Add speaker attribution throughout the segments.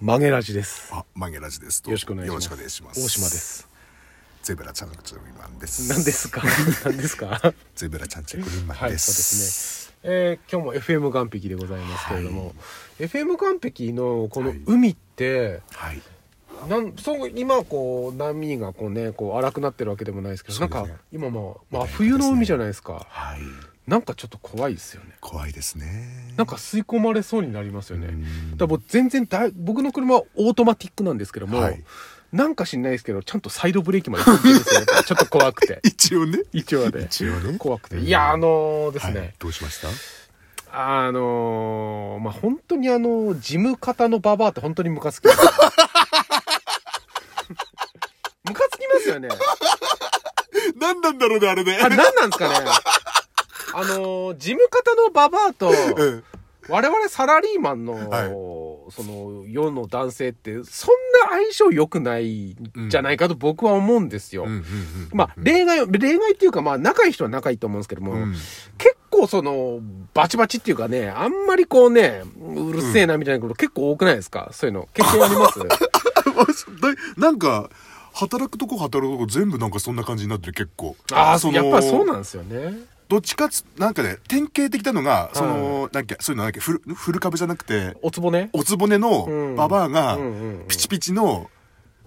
Speaker 1: 曲げラジです。
Speaker 2: あ、マゲラジです。
Speaker 1: よろしくお願いします。
Speaker 2: よろしくお願いします。
Speaker 1: 大島で。す。
Speaker 2: ゼブラちゃんのクチョリマンです。
Speaker 1: 何です か何ですかはい、
Speaker 2: ゼブラちゃんチェックリンマン
Speaker 1: そうで
Speaker 2: です。
Speaker 1: すね。えー今日も FM 岩壁でございますけれども、
Speaker 2: は
Speaker 1: FM 岩壁のこの
Speaker 2: はい
Speaker 1: 海って、
Speaker 2: はい。
Speaker 1: なんそう今こう波がこうねこう荒くなってるわけでもないですけど
Speaker 2: そうです
Speaker 1: なん
Speaker 2: ね
Speaker 1: か今まあ、まあ、
Speaker 2: 穏やかですね
Speaker 1: 冬の海じゃないですか
Speaker 2: はい。
Speaker 1: なんかちょっと怖いですよね
Speaker 2: 怖いですね。
Speaker 1: なんか吸い込まれそうになりますよね
Speaker 2: うん
Speaker 1: だから僕全然だい僕の車はオートマティックなんですけども、
Speaker 2: はい
Speaker 1: なんか知んないですけどちゃんとサイドブレーキまで踏んでるんですよやっ ぱちょっと怖くて
Speaker 2: 一応ね。
Speaker 1: 一応で
Speaker 2: 一応ね
Speaker 1: 怖くて
Speaker 2: うん
Speaker 1: いやあのーです
Speaker 2: はい
Speaker 1: ね、。
Speaker 2: どうしました？
Speaker 1: あのーまあ本当にあの事務方のババアって本当にムカつきます ムカつきますよね
Speaker 2: 何なんだろうねあれね。
Speaker 1: あ、何なんですかね。あのー、事務方のババアと、
Speaker 2: うん。
Speaker 1: 我々サラリーマンの、
Speaker 2: はい
Speaker 1: その、世の男性って、そんな相性良くないんじゃないかと僕は思うんですよ。
Speaker 2: うんうんうん。
Speaker 1: まあ、例外、例外っていうか、まあ、仲いい人は仲いいと思うんですけども、
Speaker 2: うん
Speaker 1: 結構その、バチバチっていうかね、あんまりこうね、うるせえなみたいなこと結構多くないですかそういうの。経験あります
Speaker 2: だいなんか働くとこ働くとこ全部なんかそんな感じになってる結構。
Speaker 1: ああ、
Speaker 2: そ
Speaker 1: や
Speaker 2: の
Speaker 1: っぱりそうなんですよね。
Speaker 2: どっちかつなんかね典型的なのがそのなんかそういうのなんか古古株じゃなくて。
Speaker 1: おつぼね。
Speaker 2: おつぼね
Speaker 1: うん
Speaker 2: のババアが
Speaker 1: うんうんうん
Speaker 2: ピチピチの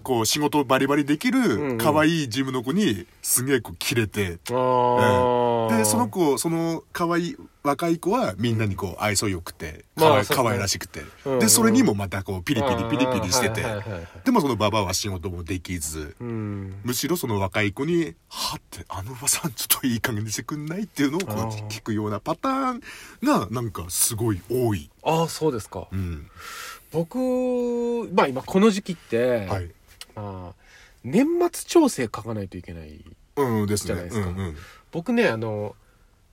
Speaker 2: こう仕事バリバリでき
Speaker 1: うん
Speaker 2: る可愛いジムの子にすげえこうキレて、
Speaker 1: あー
Speaker 2: でその子その可愛い若い子はみんなにこう愛想よくて
Speaker 1: まあそ
Speaker 2: 可愛、
Speaker 1: うですね
Speaker 2: 可愛らしくて、
Speaker 1: うんうん
Speaker 2: でそれにもまたこうピリピリピリピリしてて、
Speaker 1: あーはいはいはいはい
Speaker 2: でもそのババアは仕事もできず。
Speaker 1: うん。
Speaker 2: むしろその若い子に「はってあのおばさんちょっといい加減にしてくんない?」っていうのをこう
Speaker 1: あー
Speaker 2: 聞くようなパターンがなんかすごい多い。
Speaker 1: ああ、そうですか
Speaker 2: う。ん
Speaker 1: 僕、まあ今この時期って、
Speaker 2: はい、
Speaker 1: まあ、年末調整書かないといけない。
Speaker 2: うんですね。
Speaker 1: じゃないですか
Speaker 2: うんうん
Speaker 1: 僕ね、あの、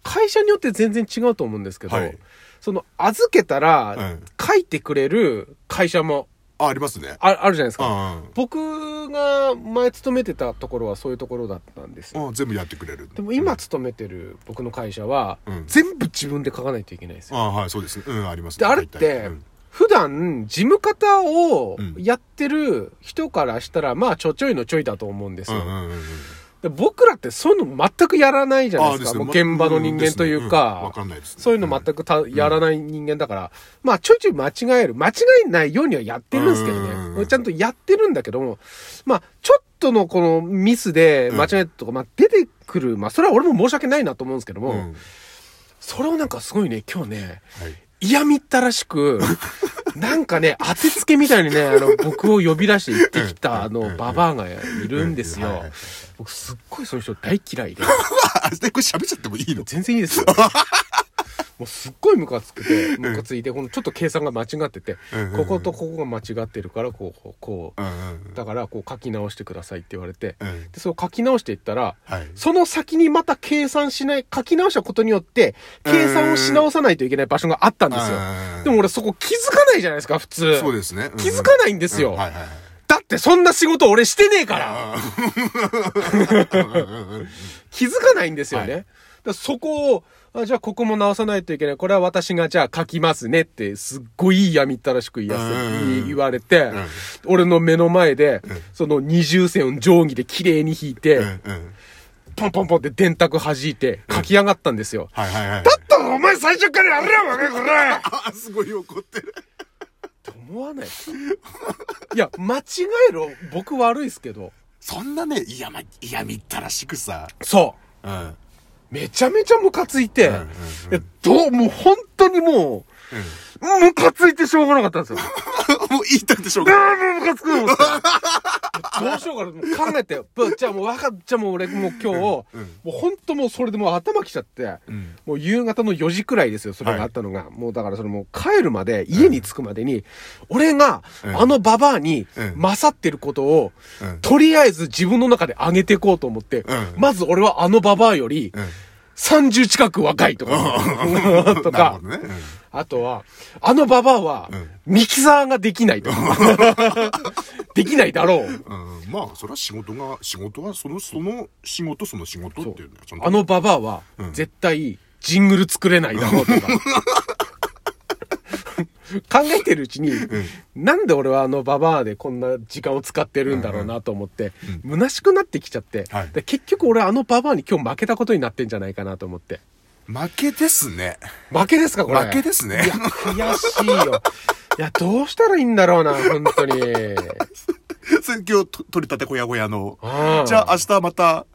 Speaker 1: 会社によって全然違うと思うんですけど、
Speaker 2: はい
Speaker 1: その、預けた
Speaker 2: は
Speaker 1: ら、
Speaker 2: い
Speaker 1: 書いてくれる会社も
Speaker 2: あ、ありますね。
Speaker 1: ああるじゃないですか。
Speaker 2: あ
Speaker 1: 僕が前勤めてたところはそういうところだったんですよ。
Speaker 2: あ、全部やってくれる。
Speaker 1: でも今勤めてる僕の会社は、
Speaker 2: うん
Speaker 1: 全部自分で書かないといけないんですよ
Speaker 2: うん、あはい、そうですね。うん、あります
Speaker 1: で
Speaker 2: ね。
Speaker 1: あれっ
Speaker 2: 大体
Speaker 1: て
Speaker 2: うん
Speaker 1: 普段事務方を
Speaker 2: うん
Speaker 1: やってる人からしたらまあちょちょいのちょいだと思うんです
Speaker 2: う
Speaker 1: よ、
Speaker 2: んうんうんうん。
Speaker 1: で僕らってそういうの全くやらないじゃないですか
Speaker 2: ね
Speaker 1: もう現場の人間という
Speaker 2: うんわ
Speaker 1: か、
Speaker 2: かんないですね。
Speaker 1: そういうの全くた、やらない人間だからまあちょいちょい間違える間違えないようにはやってるんですけどね、
Speaker 2: うんうんうん
Speaker 1: ちゃんとやってるんだけどもまあちょっとのこのミスで間違えたとか、まあ、出てくるまあそれは俺も申し訳ないなと思うんですけど
Speaker 2: う
Speaker 1: も、
Speaker 2: んうん。は
Speaker 1: それをなんかすごいね今日ね
Speaker 2: い。
Speaker 1: 嫌みったらしく、 なんかね、当てつけみたいにね、あの、僕を呼び出して行ってきた、あの、ババアがいるんです
Speaker 2: うんはい
Speaker 1: よ
Speaker 2: はい。
Speaker 1: 僕、すっごいその人大嫌いで、
Speaker 2: あ、で、これ喋っちゃってもいいの
Speaker 1: 全然いい ですよ。もうすっごいムカつくて、ムカついて、このちょっと計算が間違ってて
Speaker 2: うんうんう、ん
Speaker 1: こことここが間違ってるから、こう、こうこ
Speaker 2: うんうん
Speaker 1: う、だから、こう書き直してくださいって言われて、
Speaker 2: うん。うん。
Speaker 1: で、そう書き直していったら、
Speaker 2: はい。
Speaker 1: その先にまた計算しない、書き直したことによって、計算をし直さないといけない場所があったんですよ。
Speaker 2: あー
Speaker 1: でも、俺そこ気づかないじゃないですか、普通。
Speaker 2: そうですね。うんうん
Speaker 1: 気づかないんですよ
Speaker 2: うんはいはいはい。
Speaker 1: だってそんな仕事俺してねえから
Speaker 2: あー
Speaker 1: 気づかないんですよね。
Speaker 2: は
Speaker 1: だからそこを、あじゃあここも直さないといけない。これは私がじゃあ書きますねって、すっごい嫌みったらしく言わせ
Speaker 2: うん
Speaker 1: 言われて
Speaker 2: ん、
Speaker 1: 俺の目の前で、その二重線を定規で綺麗に引いて
Speaker 2: う、んうん。
Speaker 1: ポンポンポンって電卓弾いて書き上がったんですよ。
Speaker 2: はいはいはい。
Speaker 1: だったらお前最初からやれよ、お前こ れ
Speaker 2: あーすごい怒ってる。
Speaker 1: と思わないいや、間違えろ。僕悪いですけど。
Speaker 2: そんなね、嫌ま、嫌みったらしくさ。
Speaker 1: そう。
Speaker 2: うん。
Speaker 1: めちゃめちゃムカついて、
Speaker 2: んうん
Speaker 1: いやどう、もう本当にもう、ムカついてしょうがなかったんですよ。
Speaker 2: もう言いたくてしょ
Speaker 1: あ
Speaker 2: うがない。
Speaker 1: あ、もうムカつくと思って。どうしようかな。考えて、ぶじゃあもうわかっ、じゃあもう俺もう今日、もう本当もうそれでもう頭きちゃって、
Speaker 2: ん
Speaker 1: もう夕方の4時くらいですよ、それがあったのが。もうだからそれもう帰るまで、家に着くまでに、俺が、
Speaker 2: うん
Speaker 1: あのババアに
Speaker 2: うん、
Speaker 1: 勝ってることを、
Speaker 2: うん
Speaker 1: とりあえず自分の中で上げていこうと思って、
Speaker 2: うん
Speaker 1: まず俺はあのババアより、
Speaker 2: うん
Speaker 1: 30近く若いとか、と
Speaker 2: なる
Speaker 1: か
Speaker 2: ほ、どね。うん
Speaker 1: あとは、あのババアは
Speaker 2: ん、
Speaker 1: ミキサーができないとか、 できないだろう。
Speaker 2: うん、まあそれは仕事が仕事はそのその仕事その仕事っていうのはちゃんと
Speaker 1: あのバ バアは、絶対、ジングル作れないだろうとか。考えてるうちに、なんで俺はあのババアでこんな時間を使ってるんだろうなと思って、虚しくなってきちゃって、
Speaker 2: はい
Speaker 1: で結局俺あのババアに今日負けたことになってんじゃないかなと思って。
Speaker 2: 負けですね。
Speaker 1: 負けですかこれ。
Speaker 2: 負けですね
Speaker 1: いや、悔しいよ。いや、どうしたらいいんだろうな、本当に。
Speaker 2: それ今日と取り立てほやほやの。
Speaker 1: あー
Speaker 2: じゃあ明日また、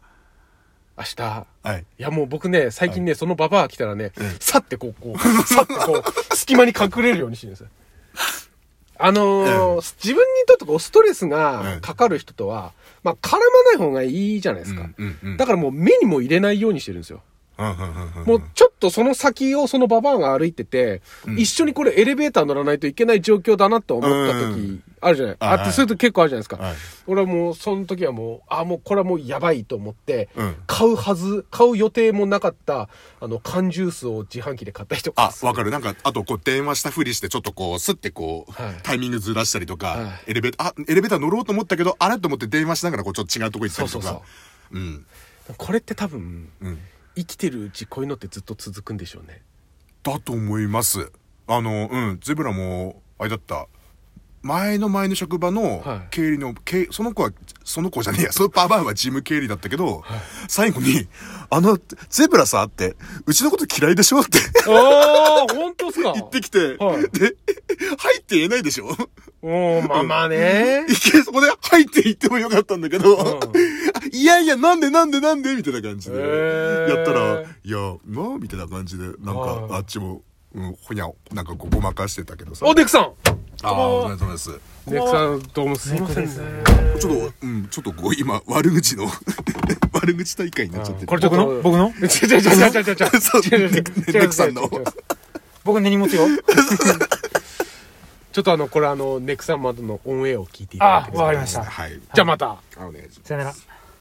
Speaker 1: 明日。
Speaker 2: はい。
Speaker 1: いやもう僕ね、最近ね、そのババア来たらね、さってこう、こう、さってこ う、隙間に隠れるようにしてるんですよ。あのー自分にとってこう、ストレスがかかる人とは、まあ、絡まない方がいいじゃないですか。
Speaker 2: うんうんうん
Speaker 1: だからもう目にも入れないようにしてるんですよ。
Speaker 2: うんうんうんうん
Speaker 1: もうちょっとその先をそのババアが歩いてて、一緒にこれエレベーター乗らないといけない状況だなと思った
Speaker 2: うんう
Speaker 1: 時、あるじゃない。
Speaker 2: はい
Speaker 1: あって、そういう時結構あるじゃないですか。
Speaker 2: はい
Speaker 1: 俺はもう、その時はもう、あ、もうこれはもうやばいと思って、
Speaker 2: うん
Speaker 1: 買うはず、買う予定もなかった、あの、缶ジュースを自販機で買ったりとか
Speaker 2: あ、わかる。なんか、あと、こう、電話したふりして、ちょっとこう、スってこう、
Speaker 1: はい
Speaker 2: タイミングずらしたりとか、
Speaker 1: は
Speaker 2: エレベーター、あ、エレベーター乗ろうと思ったけど、あれと思って電話しながら、こう、ちょっと違うとこ行ったりとか。
Speaker 1: そうそう
Speaker 2: うん。
Speaker 1: これって多分、
Speaker 2: うん。
Speaker 1: 生きてるうちこういうのってずっと続くんでしょうね。
Speaker 2: だと思います。あの、うん、ゼブラも、あれだった。前の前の職場の
Speaker 1: はい
Speaker 2: 経理の、経その子は、その子じゃねえや、 そのババアは事務経理だったけど、最後に、あの、ゼブラさって、うちのこと嫌いでしょって
Speaker 1: ああ、本当っす か
Speaker 2: 言ってきて、
Speaker 1: はい
Speaker 2: で、入って言えないでしょ
Speaker 1: おまあまあね。
Speaker 2: いけ、そこで入っていってもよかったんだけど、
Speaker 1: ん
Speaker 2: いやいや、なんでなんでなんでみたいな感じで、
Speaker 1: へー
Speaker 2: やったら、いや、まあ、みたいな感じで、なんか
Speaker 1: は、い
Speaker 2: あっちも、うん、ほにゃ、なんかこうごまかしてたけどさ。
Speaker 1: お、デクさん
Speaker 2: ああ、お疲れ様です。
Speaker 1: デクさん、どうもすいませんね。
Speaker 2: ちょっと、うん、ちょっとこう、今、悪口の、悪口大会になっちゃってる。
Speaker 3: これ僕の僕の
Speaker 1: 違う違う違う違う違う違う。
Speaker 2: そう
Speaker 1: 違う違う違う
Speaker 2: ネクネクさんの
Speaker 1: 違う違う違う
Speaker 3: 僕根に持つよ。
Speaker 1: ちょっとあの、これあの、ネクさんまでのオンエアを聞いていただい
Speaker 3: あ
Speaker 1: てくだ
Speaker 3: あ、
Speaker 1: さ
Speaker 3: わか
Speaker 1: い
Speaker 3: りました。
Speaker 2: はい。
Speaker 1: じゃあまた。
Speaker 2: あお願いします。
Speaker 3: さよなら。